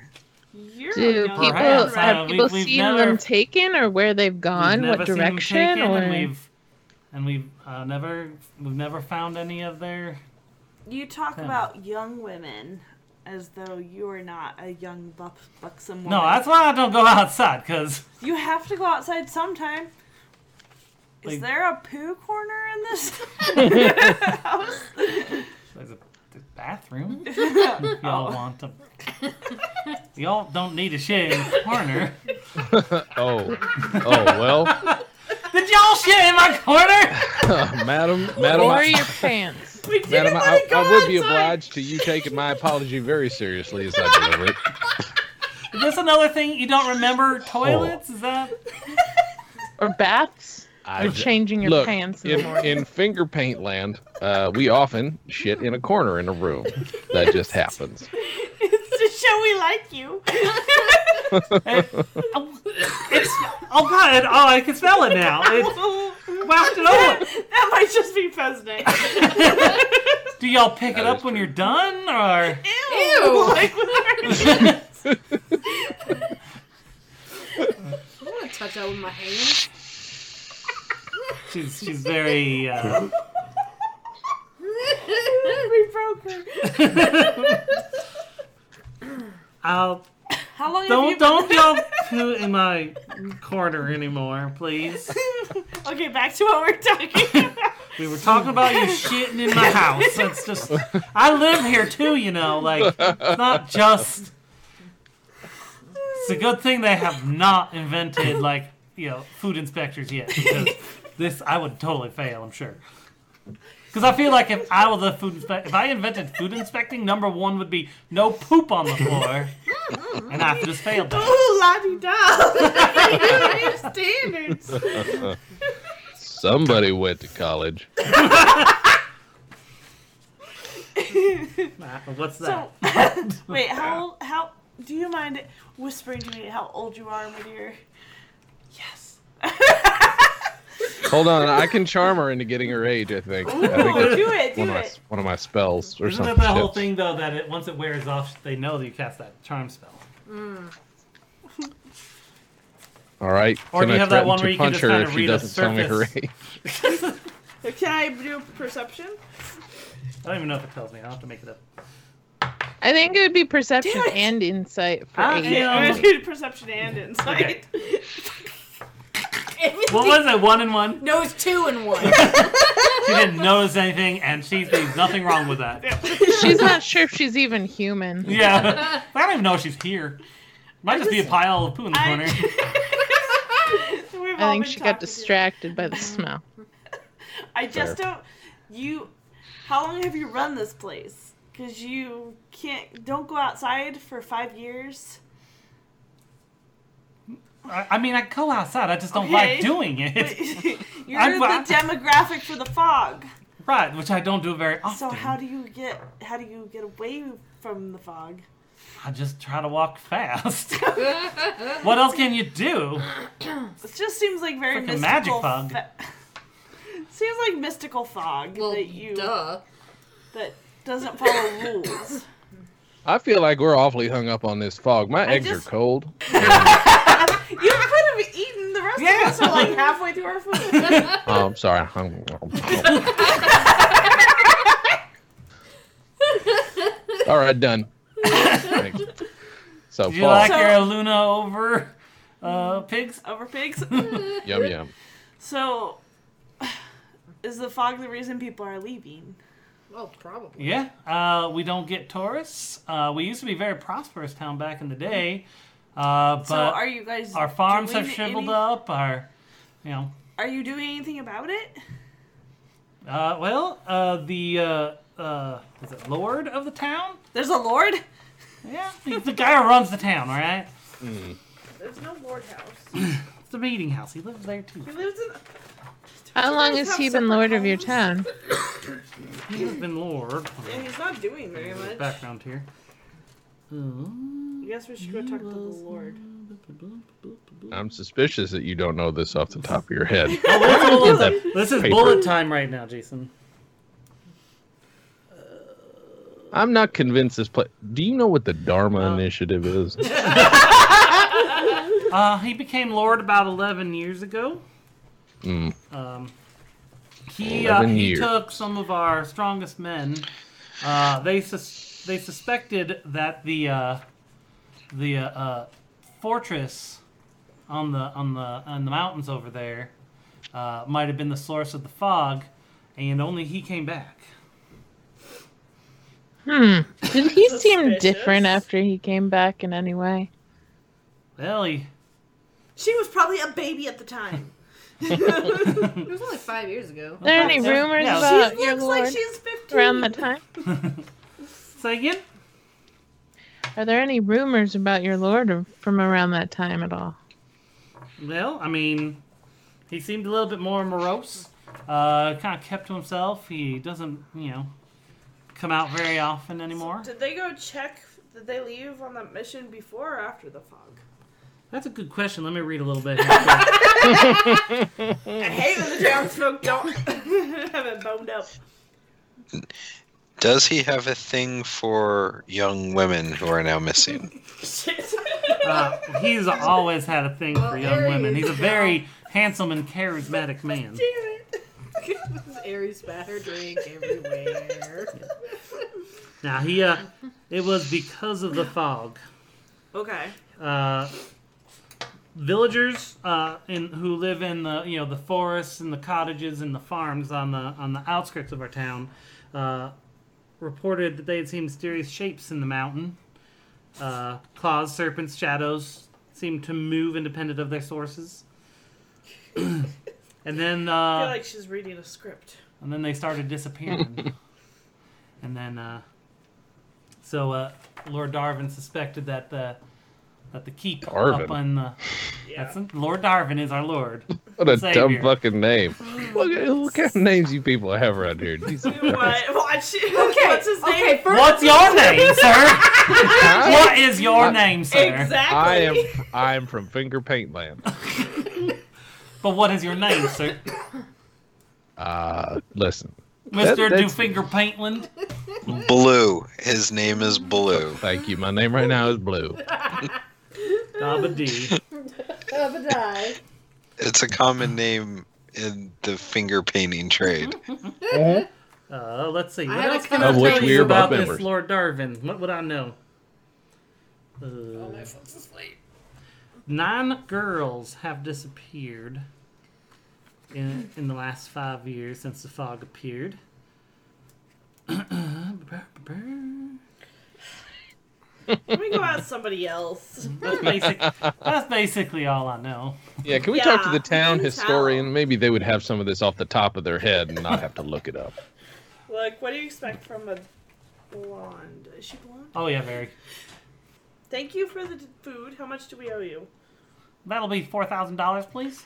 S9: Do
S10: young
S9: people
S10: Perhaps, uh,
S9: have
S10: we-
S9: people
S10: we've
S9: seen
S10: never-
S9: them taken or where they've gone,
S10: We've
S9: what
S10: never seen them
S9: direction,
S10: taken,
S9: or
S10: and we've and we've uh, never we've never found any of their
S2: You talk
S10: Them.
S2: about young women as though you are not a young buck, buxom woman.
S10: No, that's why I don't go outside, because
S2: You have to go outside sometime. Is
S10: Like-
S2: there a poo corner in this house?
S10: there's a there's a bathroom.
S2: Oh.
S10: Y'all want to. Y'all don't need a shit in the corner.
S4: oh, oh well,
S10: Did y'all shit in my corner?
S4: madam, madam.
S9: or
S4: I-
S9: your pants.
S2: We
S4: Madam, I, I would be obliged to you taking my apology very seriously as I deliver it.
S10: Is this another thing you don't
S2: Oh.
S10: remember? Toilets? Is that?
S9: or baths,
S4: I
S9: or
S4: d-
S9: changing your
S4: Look,
S9: pants in,
S4: in,
S9: the morning.
S4: in finger paint land, uh, we often shit in a corner in a room. That just happens.
S2: It's to show we like you.
S10: Oh, It's. Oh god! Oh, I can smell it now. It's,
S3: whacked it over.
S2: That might just be Fesnay.
S3: Do y'all pick it up when you're done, or
S2: Ew! Like,
S6: I want to touch that with my hand.
S3: she's she's very uh,
S2: we broke her.
S3: I'll
S2: How long have
S3: don't
S2: you been-
S3: don't y'all poo in my corner anymore, please.
S2: okay, back to what we're talking about.
S3: We were talking about you shitting in my house. That's just I live here too, you know. Like it's not just. It's a good thing they have not invented like you know food inspectors yet because this I would totally fail. I'm sure. Because I feel like if I was a food inspe- if I invented food inspecting, number one would be no poop on the floor, and I just failed that.
S2: Ooh, la di da. Your standards.
S4: Somebody went to college.
S3: Nah, but What's
S2: So,
S3: that?
S2: wait, how old? How do you mind whispering to me how old you are, my dear? Yes.
S4: Hold on, I can charm her into getting her age. I think. I think
S2: Ooh,
S4: that's
S2: do it, do
S4: one of, my,
S2: it.
S4: one of my spells or
S3: Isn't
S4: something.
S3: that the whole thing though that it, once it wears off, they know that you cast that charm spell.
S4: All right.
S3: Or
S4: can
S3: do you
S4: I
S3: have that
S4: threaten
S3: one
S4: to
S3: where you can
S4: punch
S3: just
S4: her
S3: kinda
S4: if she
S3: read a
S4: doesn't tell me her
S3: surface?
S4: age?
S2: Can I do perception?
S3: I don't even know if it tells me. I'll have to make it up.
S9: I think it would be perception and insight for
S3: Ah,
S9: eight.
S3: yeah.
S2: I'm gonna do perception and insight.
S3: What was it? One and one?
S6: No, it's two and one.
S3: She didn't notice anything, and she thinks nothing wrong with that.
S9: She's not sure if she's even human.
S3: Yeah. I don't even know if she's here. Might just, be a pile of poo in the corner.
S2: We've all
S9: I
S2: been
S9: think she got
S2: talking.
S9: distracted by the smell.
S2: I just don't. You. How long have you run this place? Because you can't. Don't go outside for five years.
S3: I, I mean, I go outside. I just don't
S2: Okay.
S3: like doing it.
S2: You're
S3: I'm-
S2: the
S3: I'm-
S2: demographic for the fog.
S3: right, which I don't do very often.
S2: So how do you get? How do you get away from the fog?
S3: I just try to walk fast. what else can you do?
S2: It just seems like very
S3: Freaking magic
S2: mystical.
S3: fog.
S2: fa- seems like mystical fog
S6: well,
S2: that you
S6: duh.
S2: that doesn't follow rules.
S4: I feel like we're awfully hung up on this fog. My
S2: I
S4: eggs
S2: just-
S4: are cold.
S2: You could have eaten the rest
S3: Yeah.
S2: of us are like halfway through our food.
S4: Oh, I'm sorry. I'm- All right, done. Thanks. So
S3: Do you
S4: fog,
S3: like your Luna over uh, pigs?
S2: Over pigs.
S4: yum yum.
S2: So, is the fog the reason people are leaving?
S6: Well, probably.
S3: Yeah, uh, we don't get tourists. Uh, we used to be a very prosperous town back in the day, uh, but
S2: so, are you guys?
S3: our farms
S2: doing
S3: have shriveled
S2: any-
S3: up. Our, you know,
S2: Are you doing anything about it?
S3: uh, well, uh, the uh, uh, is it Lord of the town?
S2: There's a lord.
S3: Yeah, he's the guy who runs the town. All right,
S2: There's no lord house.
S3: it's the meeting house. He lives there too.
S2: He lives in.
S9: How long has he been lord of your
S2: homes?
S9: town?
S3: He's been Lord.
S2: Yeah, he's not doing very much.
S3: Background here. Um,
S2: I guess we should go talk to the lord.
S4: I'm suspicious that you don't know this off the top of your head.
S3: This is
S4: Paper.
S3: bullet time right now, Jason.
S4: I'm not convinced this place. Do you know what the Dharma
S3: Oh.
S4: Initiative is?
S3: Uh, he became Lord about 11 years ago.
S4: Mm.
S3: Um, he uh,
S4: 11
S3: he
S4: years.
S3: took some of our strongest men. Uh, they sus- they suspected that the uh, the uh, uh, fortress on the on the on the mountains over there uh, might have been the source of the fog, and only he came back.
S9: Hmm. Did he seem
S2: Suspicious.
S9: different after he came back in any way?
S3: Well, he
S2: She was probably a baby at the time.
S3: Mm.
S6: It was only five years ago.
S9: Are there any
S3: Yeah.
S9: rumors
S3: Yeah.
S2: She
S9: about your
S2: looks
S9: lord
S2: like she's 15.
S9: around that time?
S3: say again.
S9: Are there any rumors about your lord or- from around that time at all?
S3: Well, I mean, he seemed a little bit more morose. Uh, kind of kept to himself. He doesn't, you know, come out very often anymore.
S2: Did they go check? Did they leave on that mission before or after the fog?
S3: That's a good question. Let me read a little bit. Here.
S2: I hate when the townsfolk don't have it boned up.
S5: Does he have a thing for young women who are now missing?
S3: Uh, he's always had a thing for young women. He's a very handsome and charismatic man.
S6: Aries spat her drink everywhere.
S3: Now he, uh, it was because of the fog.
S2: Okay.
S3: Uh, villagers uh, in, who live in the you know the forests and the cottages and the farms on the on the outskirts of our town uh, reported that they had seen mysterious shapes in the mountain. Uh, claws, serpents, shadows seemed to move independent of their sources. and then
S2: I
S3: uh,
S2: feel like she's reading a script.
S3: and then they started disappearing. and then, uh, so uh, Lord Darwin suspected that the that the keep
S4: Darvin.
S3: up on the that's, Lord Darwin is our lord.
S4: What a
S3: Savior.
S4: dumb fucking name. Look at what kind of names you people have around here. Jesus Christ.
S2: What? Watch it.
S6: Okay,
S2: What's his name?
S6: okay, first-
S3: What's your name, sir? what is your
S4: I-
S3: name, sir?
S2: Exactly.
S4: I am I am from Finger Paint Land.
S3: But what is your name, sir,
S4: Uh listen.
S3: Mister
S4: that's-
S3: Dewfinger Paintland?
S5: Blue. His name is Blue.
S4: Thank you. My name right now is Blue.
S3: Daba D.
S6: Obadiah.
S5: It's a common name in the finger painting trade.
S10: Mm-hmm.
S3: Uh, let's see.
S6: I
S3: What
S6: have a
S3: else can I
S6: couple
S4: of
S3: tell
S4: which
S3: you
S4: we're both
S3: about this
S4: members.
S3: Lord Darwin? What would I know? Uh, Nine girls have disappeared in in the last five years since the fog appeared.
S2: Let me go out with somebody else.
S3: That's basic. that's basically all I know.
S4: Yeah, can we talk to
S2: Yeah,
S4: the town
S2: can you
S4: historian?
S2: tell?
S4: Maybe they would have some of this off the top of their head and not have to look it up.
S2: Look, what do you expect from a blonde? Is she blonde?
S3: Oh yeah, very.
S2: Thank you for the d- food. How much do we owe you?
S3: That'll be four thousand dollars, please.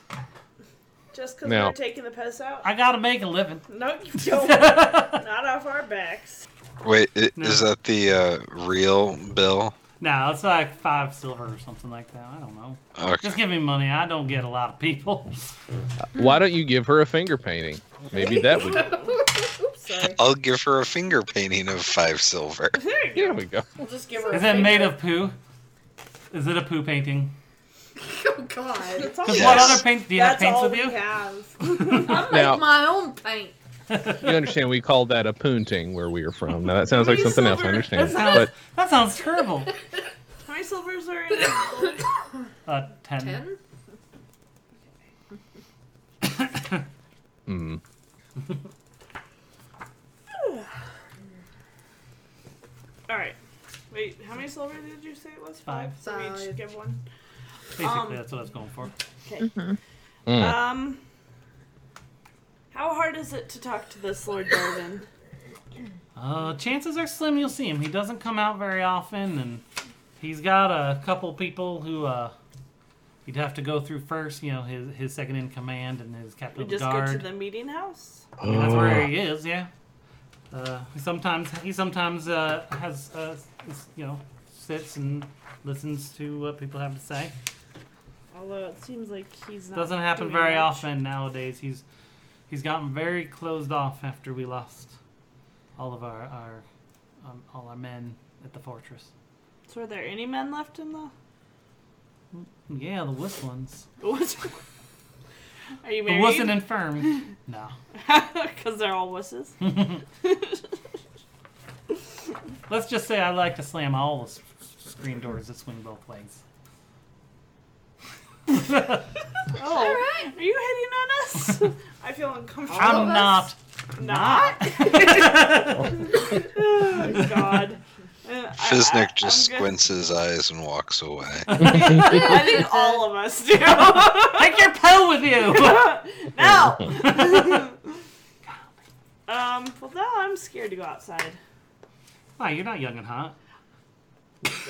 S2: Just because
S4: No.
S2: we're taking the piss out?
S3: I gotta make a living.
S2: No, you don't. Not off our backs.
S5: Wait, i-
S3: No.
S5: is that the uh, real bill?
S3: No, it's like five silver or something like that. I don't know.
S5: Okay.
S3: Just give me money. I don't get a lot of people.
S4: Why don't you give her a finger painting? Maybe that would.
S6: Oops, sorry.
S5: I'll give her a finger painting of five silver.
S4: There we go.
S6: We'll just give her. a
S3: Is it made
S6: finger.
S3: of poo? Is it a poo painting?
S6: Oh God.
S2: That's all
S3: Because
S2: we
S3: what
S2: have.
S3: other paint? Do you
S2: That's all
S3: have
S2: we
S3: paints with
S2: have.
S6: I
S4: Now-
S6: make my own paint.
S4: You understand? We call that a poonting where we are from. Now that sounds like something else. I
S3: you?
S4: understand,
S3: That sounds,
S4: but
S3: that sounds terrible.
S2: How many silvers are in it?
S3: Uh, ten.
S6: Ten.
S4: mm,
S2: all right. Wait, how many silvers did you say it was?
S3: Five.
S2: So we each
S6: Solid.
S2: give one.
S3: Basically,
S2: Um,
S3: that's what I was going for.
S2: Okay.
S4: Mm.
S2: Um. How hard is it to talk to this Lord Darwin?
S3: Uh, chances are slim you'll see him. He doesn't come out very often, and he's got a couple people who uh, he'd have to go through first. You know, his his second in command and his captain
S2: We
S3: of the
S2: just
S3: guard.
S2: go to the meeting house.
S3: I mean, that's where he is. Yeah. Uh, he sometimes he sometimes uh, has uh, s- you know sits and listens to what people have to say.
S2: Although it seems like he's not.
S3: Doesn't happen
S2: doing
S3: very
S2: much.
S3: often nowadays. He's he's gotten very closed off after we lost all of our our um, all our men at the fortress.
S2: So are there any men left in the?
S3: Yeah, the Whistlins.
S2: What? Are you
S3: The
S2: married?
S3: Whistlin Infirm. No.
S2: Because they're all wusses.
S3: Let's just say I like to slam all the s- s- screen doors that swing both ways.
S2: Oh, are you hitting on us? I feel uncomfortable.
S3: I'm not.
S2: not. Oh, God. Uh, I- I-
S5: Fiznik just
S2: I'm good.
S5: squints his eyes and walks away.
S2: I think all of us do.
S3: Take your pill with you.
S2: no. um. Well, now I'm scared to go outside.
S3: Why, you're not young and hot.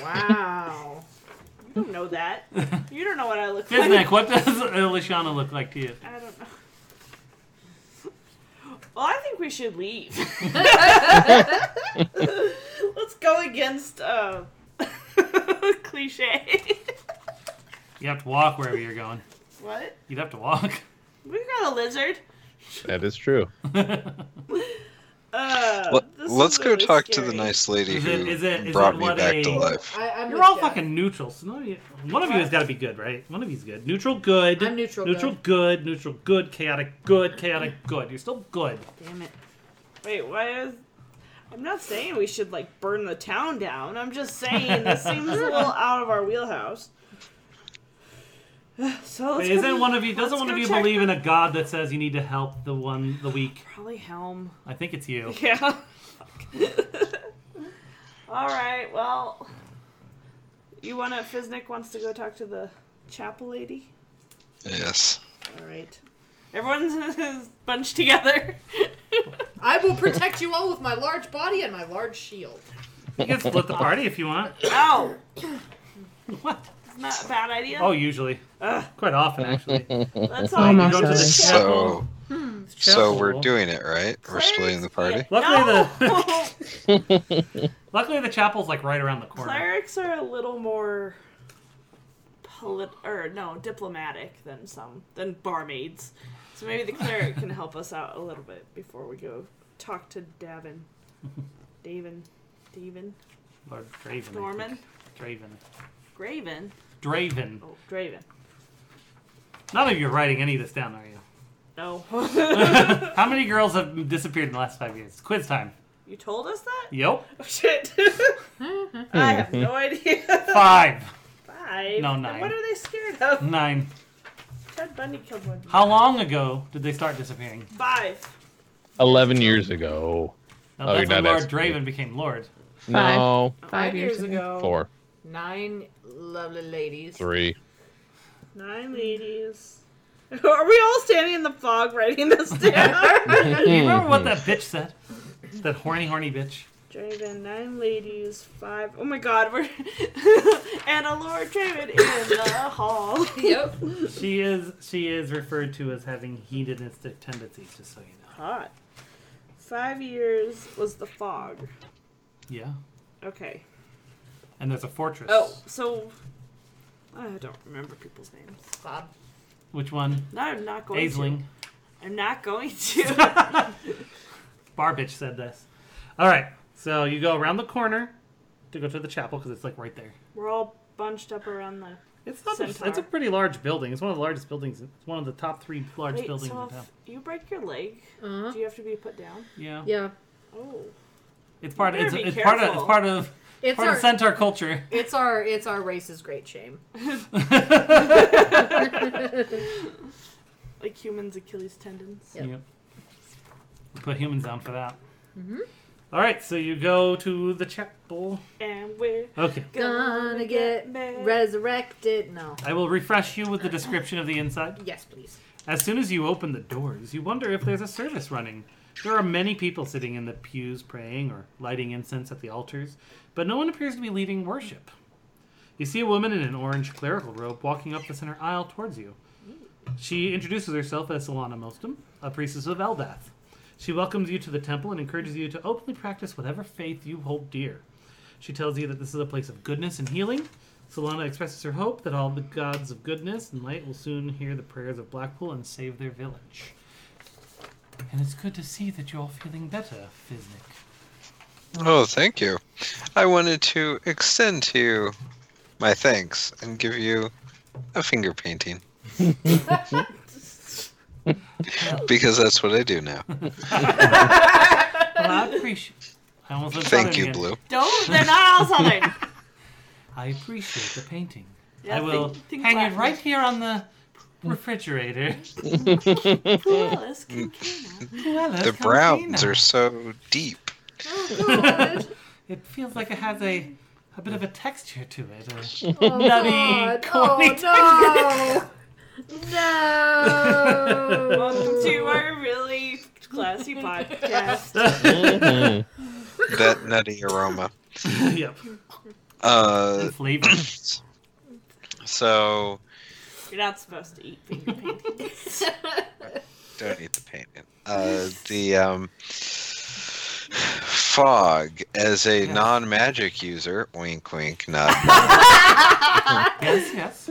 S2: Wow. You don't know that. You don't know what I look like.
S3: Fiznik, what does Elishana look like to you?
S2: I don't know. Well, I think we should leave. Let's go against uh, cliche.
S3: You have to walk wherever you're going.
S2: What?
S3: You'd have to walk.
S2: We got a lizard.
S4: That is true.
S2: Uh,
S5: Let,
S2: this
S5: us
S2: is
S5: go
S2: really
S5: talk
S2: scary.
S5: to the nice lady
S3: Is
S5: who
S3: it- is it- is
S5: brought
S3: it
S5: me
S3: what
S5: back
S3: a-
S5: to life.
S6: I, I'm
S3: You're
S6: with
S3: all
S6: ya.
S3: fucking neutral, so none of you, one of you has got to be good, right? One of you's good. Neutral, good.
S6: I'm neutral
S3: Neutral,
S6: good.
S3: good. Neutral, good. Chaotic, good. Chaotic, good. You're still good.
S2: Damn it. Wait, why is. I'm not saying we should, like, burn the town down. I'm just saying this seems a little out of our wheelhouse. So let's
S3: Wait,
S2: go
S3: isn't
S2: to-
S3: one of you? Doesn't
S2: let's
S3: one of
S2: go
S3: you
S2: check
S3: believe in
S2: the-
S3: a god that says you need to help the one the weak?
S2: Probably Helm.
S3: I think it's you.
S2: Yeah. All right. Well, you want to? Fiznik wants to go talk to the chapel lady.
S5: Yes.
S2: All right. Everyone's bunched together.
S6: I will protect you all with my large body and my large shield.
S3: You can split the party if you want.
S2: Ow!
S3: What?
S2: It's not a bad idea.
S3: Oh, usually. Quite often, actually.
S2: That's all.
S9: Almost
S3: go to the
S9: always.
S3: chapel.
S5: So,
S3: It's
S5: so
S3: chapel.
S5: we're doing it, right? We're splitting the party.
S3: Luckily, the
S2: No!
S3: luckily the chapel's like right around the corner.
S2: Clerics are a little more polit or no diplomatic than some than barmaids, so maybe the cleric can help us out a little bit before we go talk to Davin, Davin, Davin,
S3: Lord Draven. I
S2: Norman,
S3: think. Draven.
S2: Graven.
S3: Draven.
S2: Oh, Draven.
S3: None of you are writing any of this down, are you?
S2: No,
S3: How many girls have disappeared in the last five years? It's quiz time.
S2: you told us that.
S3: Yep.
S2: Oh, shit. I have no idea.
S3: Five.
S2: Five.
S3: No,
S2: Then
S3: nine.
S2: What are they scared of?
S3: Nine.
S2: Ted Bundy killed one.
S3: How long ago did they start disappearing?
S2: Five.
S4: Eleven years ago.
S3: No,
S4: Oh,
S3: that's Hmm.
S4: you're
S3: when
S4: not
S3: Lord
S4: asking me.
S3: Draven became Lord.
S9: Five.
S4: No,
S9: Five years ago.
S4: four,
S6: Nine lovely ladies.
S4: three.
S2: Nine ladies. Are we all standing in the fog writing this down?
S3: You remember what that bitch said? That horny, horny bitch.
S2: Draven, nine ladies, five. Oh my god, we're. and a Lord Draven in the hall.
S6: Yep.
S3: She is she is referred to as having hedonistic tendencies, just so you know.
S2: Hot. Five years was the fog.
S3: Yeah.
S2: Okay.
S3: And there's a fortress.
S2: Oh, so. I don't remember people's names.
S6: Bob.
S3: Which one?
S2: No, I'm not going
S3: Aisling.
S2: to. I'm not going to.
S3: Bar bitch said this. All right. So you go around the corner to go to the chapel because it's like right there.
S2: we're all bunched up around the.
S3: It's not. A,
S2: Centaur.
S3: it's a pretty large building. It's one of the largest buildings. It's one of the top three large
S2: Wait,
S3: buildings
S2: so
S3: in town.
S2: if you break your leg,
S6: Uh-huh.
S2: do you have to be put down?
S3: Yeah.
S6: Yeah.
S2: Oh.
S3: It's part. Of,
S2: better
S3: it's,
S2: be
S3: it's part of. It's
S2: careful.
S3: part of.
S6: It's
S3: part
S6: our
S3: of centaur culture.
S6: it's our it's our race's great shame.
S2: Like humans' Achilles tendons.
S6: Yep.
S3: Yep. We Put humans down for that.
S2: Mm-hmm.
S3: All right. So you go to the chapel.
S2: And we're
S3: Okay.
S6: Gonna get
S2: mad.
S6: resurrected. No.
S3: I will refresh you with the description of the inside.
S6: Yes, please.
S3: As soon as you open the doors, you wonder if there's a service running. There are many people sitting in the pews praying or lighting incense at the altars, but no one appears to be leading worship. You see a woman in an orange clerical robe walking up the center aisle towards you. She introduces herself as Solana Mostum, a priestess of Eldath. She welcomes you to the temple and encourages you to openly practice whatever faith you hold dear. She tells you that this is a place of goodness and healing. Solana expresses her hope that all the gods of goodness and light will soon hear the prayers of Blackpool and save their village. And it's good to see that you're all feeling better, Fiznik.
S5: Oh, thank you. I wanted to extend to you my thanks and give you a finger painting. because that's what I do now.
S3: Well, I appreciate. I almost went
S5: Thank
S3: Southern
S5: you,
S3: again.
S5: Blue.
S2: Don't. They're not all southern.
S3: I appreciate the painting.
S2: Yeah,
S3: I will
S2: think- think
S3: hang it
S2: Latin.
S3: right here on the refrigerator.
S2: Who else can kill
S5: The browns are so deep.
S6: Oh,
S3: It feels like it has a a bit of a texture to it. a-
S6: Oh,
S3: Nutty,
S6: God.
S3: corny
S6: oh no! no!
S2: Welcome to our really classy podcast.
S5: That nutty aroma.
S3: yep.
S5: Uh,
S3: And flavor.
S5: so
S2: You're not supposed to eat finger paintings.
S5: don't eat the painting. Uh, the um, fog as a non-magic user. Wink, wink. Nod. nod.
S3: yes, yes.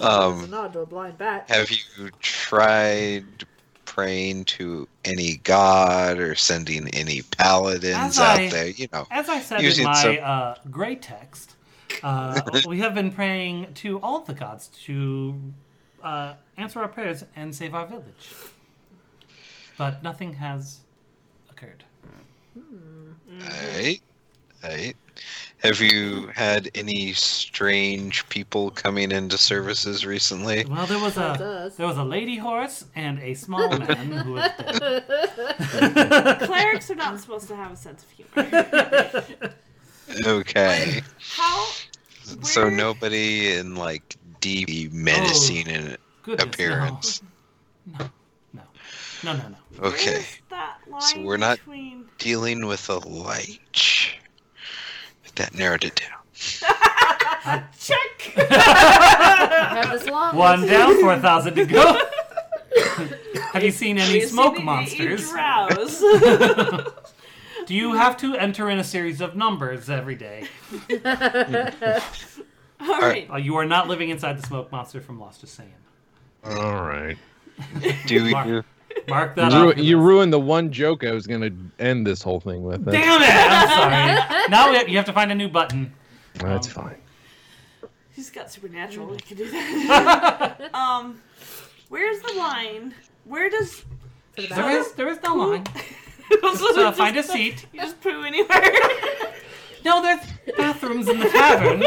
S5: Um,
S6: it's not a blind bat.
S5: Have you tried praying to any god or sending any paladins
S3: As
S5: out
S3: I-
S5: there? You know,
S3: As I said in
S5: using
S3: my
S5: some-
S3: uh, gray text, uh, we have been praying to all the gods to uh, answer our prayers and save our village. But nothing has occurred.
S5: Alright. Alright. Have you had any strange people coming into services recently?
S3: Well, there was a there was a lady horse and a small man who was dead.
S2: Clerics are not supposed to have a sense of humor.
S5: Okay.
S2: How?
S5: So nobody in like deep menacing in
S3: Oh, goodness, no.
S5: appearance.
S3: No, no, no.
S5: Okay. So we're not dealing with a lich. That narrowed it down.
S2: Check.
S6: Have as long
S3: One
S6: as-
S3: down, four thousand to go. have you seen any
S2: Is
S3: smoke
S2: it- it
S3: monsters?
S2: drows?
S3: Do you have to enter in a series of numbers every day?
S2: All right.
S3: Uh, you are not living inside the smoke monster from Lost. Just saying.
S4: All right.
S5: Do
S3: Mark.
S5: you?
S3: Mark
S4: You,
S3: that
S4: ru-
S3: off.
S4: you ruined the one joke I was going to end this whole thing with. That's,
S3: Damn it! I'm sorry. now we have- you have to find a new button.
S4: That's fine.
S2: He's got supernatural. We can do that. um, where's the line? Where does?
S3: There is there is no line. uh,
S2: so
S3: find a seat.
S2: You just poo anywhere.
S3: no, there's bathrooms in the tavern.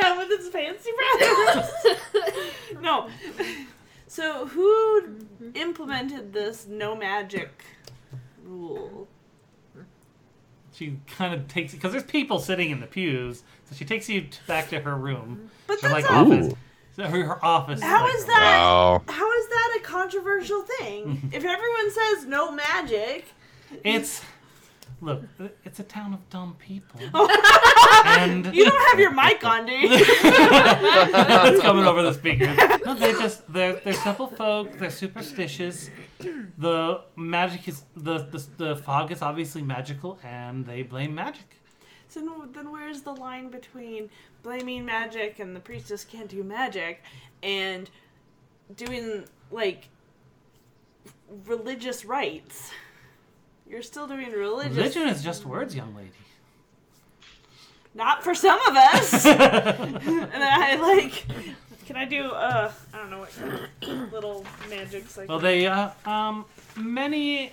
S2: Down with his fancy bathrooms. no. So who implemented this no magic rule?
S3: She kind of takes because there's people sitting in the pews, so she takes you t- back to her room.
S2: But
S3: her,
S2: that's
S3: like
S2: not-
S3: office. So Her, her office.
S2: How
S3: like,
S2: is that?
S4: Wow.
S2: How is that a controversial thing? if everyone says no magic,
S3: It's look. It's a town of dumb people. and
S2: you don't have your mic on, do you?
S3: it's coming over the speaker. No, they're just they're they're simple folk. They're superstitious. The magic is the the, the fog is obviously magical, and they blame magic.
S2: So no- then where's the line between blaming magic and the priestess can't do magic and doing like religious rites? You're still doing religious
S3: Religion is just words, young lady.
S2: not for some of us. and I like can I do uh I don't know what kind of little magics like
S3: Well, they uh, um many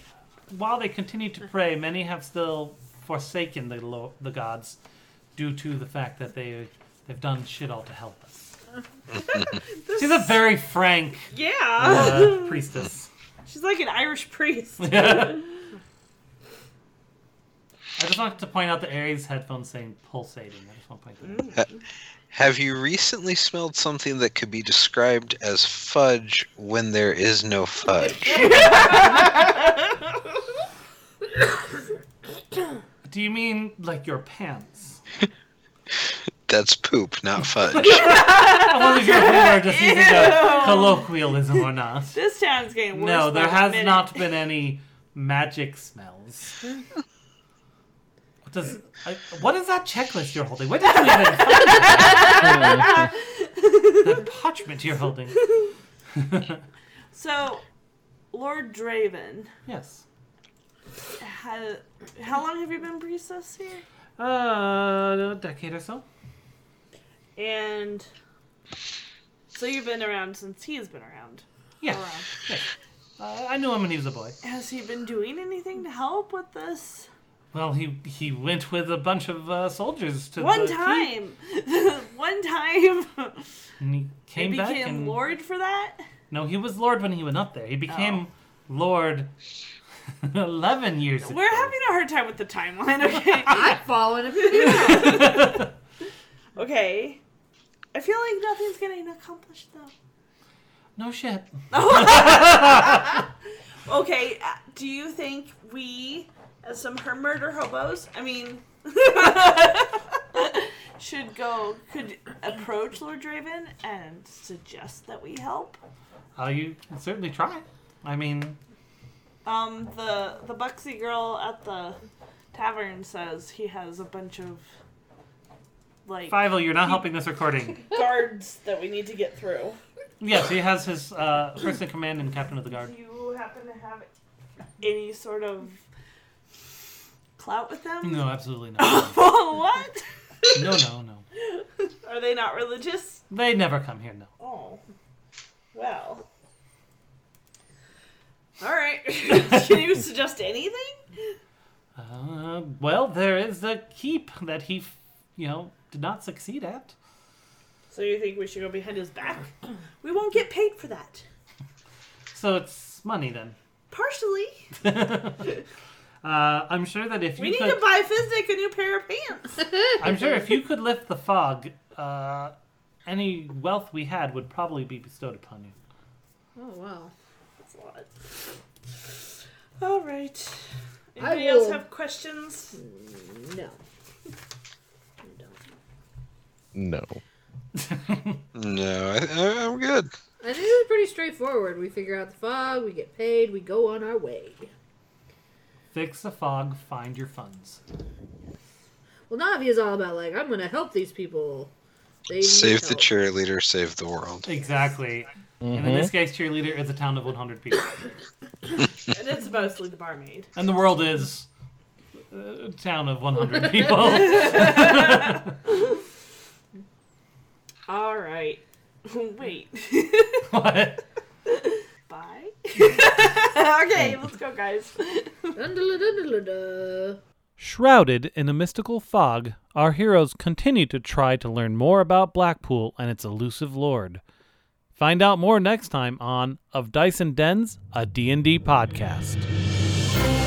S3: while they continue to pray, many have still forsaken the lo- the gods due to the fact that they they've done shit all to help us. She's a very frank
S2: Yeah.
S3: uh, priestess.
S2: She's like an Irish priest.
S3: I just wanted to point out the Aries headphones saying pulsating. I just want to point that out.
S5: Have you recently smelled something that could be described as fudge when there is no fudge?
S3: Do you mean like your pants?
S5: That's poop, not fudge.
S3: I wasn't sure if we were just using a colloquialism or not.
S2: This town's getting worse.
S3: No, there
S2: by the
S3: has
S2: minute.
S3: not been any magic smells. What does I, what is that checklist you're holding? What did you even find that? that parchment you're holding?
S2: So Lord Draven
S3: Yes.
S2: How, how long have you been priestess here?
S3: Uh, a decade or so.
S2: And so you've been around since he has been around.
S3: Yeah.
S2: Around.
S3: Uh, I knew him when he was a boy.
S2: Has he been doing anything to help with this?
S3: Well, he he went with a bunch of uh, soldiers to
S2: One
S3: the keep,
S2: time, one time,
S3: and he came
S2: he
S3: back
S2: became
S3: and
S2: lord for that.
S3: no, he was lord when he went up there. He became
S2: Oh.
S3: lord eleven years ago.
S2: We're having a hard time with the timeline. Okay.
S6: I'm following him. Yeah.
S2: okay. I feel like nothing's getting accomplished though.
S3: No shit.
S2: Okay. uh, Do you think we, as some her murder hobos, I mean, should go could approach Lord Draven and suggest that we help?
S3: Uh, you can certainly try. I mean,
S2: Um, the the Buxy girl at the tavern says he has a bunch of like
S3: Fivel, you're not helping this recording.
S2: guards that we need to get through.
S3: Yes, he has his uh, first in command and captain of the guard.
S2: Do you happen to have any sort of clout with them?
S3: No, absolutely not.
S2: what?
S3: No, no, no.
S2: Are they not religious?
S3: They never come here. No.
S2: Oh. Well. All right. Can you suggest anything?
S3: Uh, well, there is the keep that he, you know, did not succeed at.
S2: So you think we should go behind his back? We won't get paid for that.
S3: So it's money then.
S2: Partially.
S3: Uh, I'm sure that if
S2: We
S3: you
S2: need
S3: could,
S2: to buy Fizdic a new pair of pants.
S3: I'm sure if you could lift the fog, uh, any wealth we had would probably be bestowed upon you.
S2: Oh wow, that's a lot. All right.
S6: I
S2: Anybody else
S6: will-
S2: have questions?
S6: No.
S4: No.
S5: No, I, I, I'm good.
S6: I think it's pretty straightforward. We figure out the fog, we get paid, we go on our way.
S3: Fix the fog, find your funds.
S6: Well, Navi is all about like I'm gonna help these people. They need
S5: Save the
S6: help.
S5: cheerleader, save the world.
S3: Exactly. And in
S5: Mhm.
S3: this case, cheerleader is a town of 100 people,
S2: and it's mostly the barmaid.
S3: and the world is uh, a town of 100 people.
S2: All right. Wait.
S3: What?
S2: Bye. okay, let's go, guys.
S6: Dun-dun-dun-dun-dun-dun.
S1: Shrouded in a mystical fog, our heroes continue to try to learn more about Blackpool and its elusive lord. Find out more next time on Of Dice and Dens, a D&D podcast.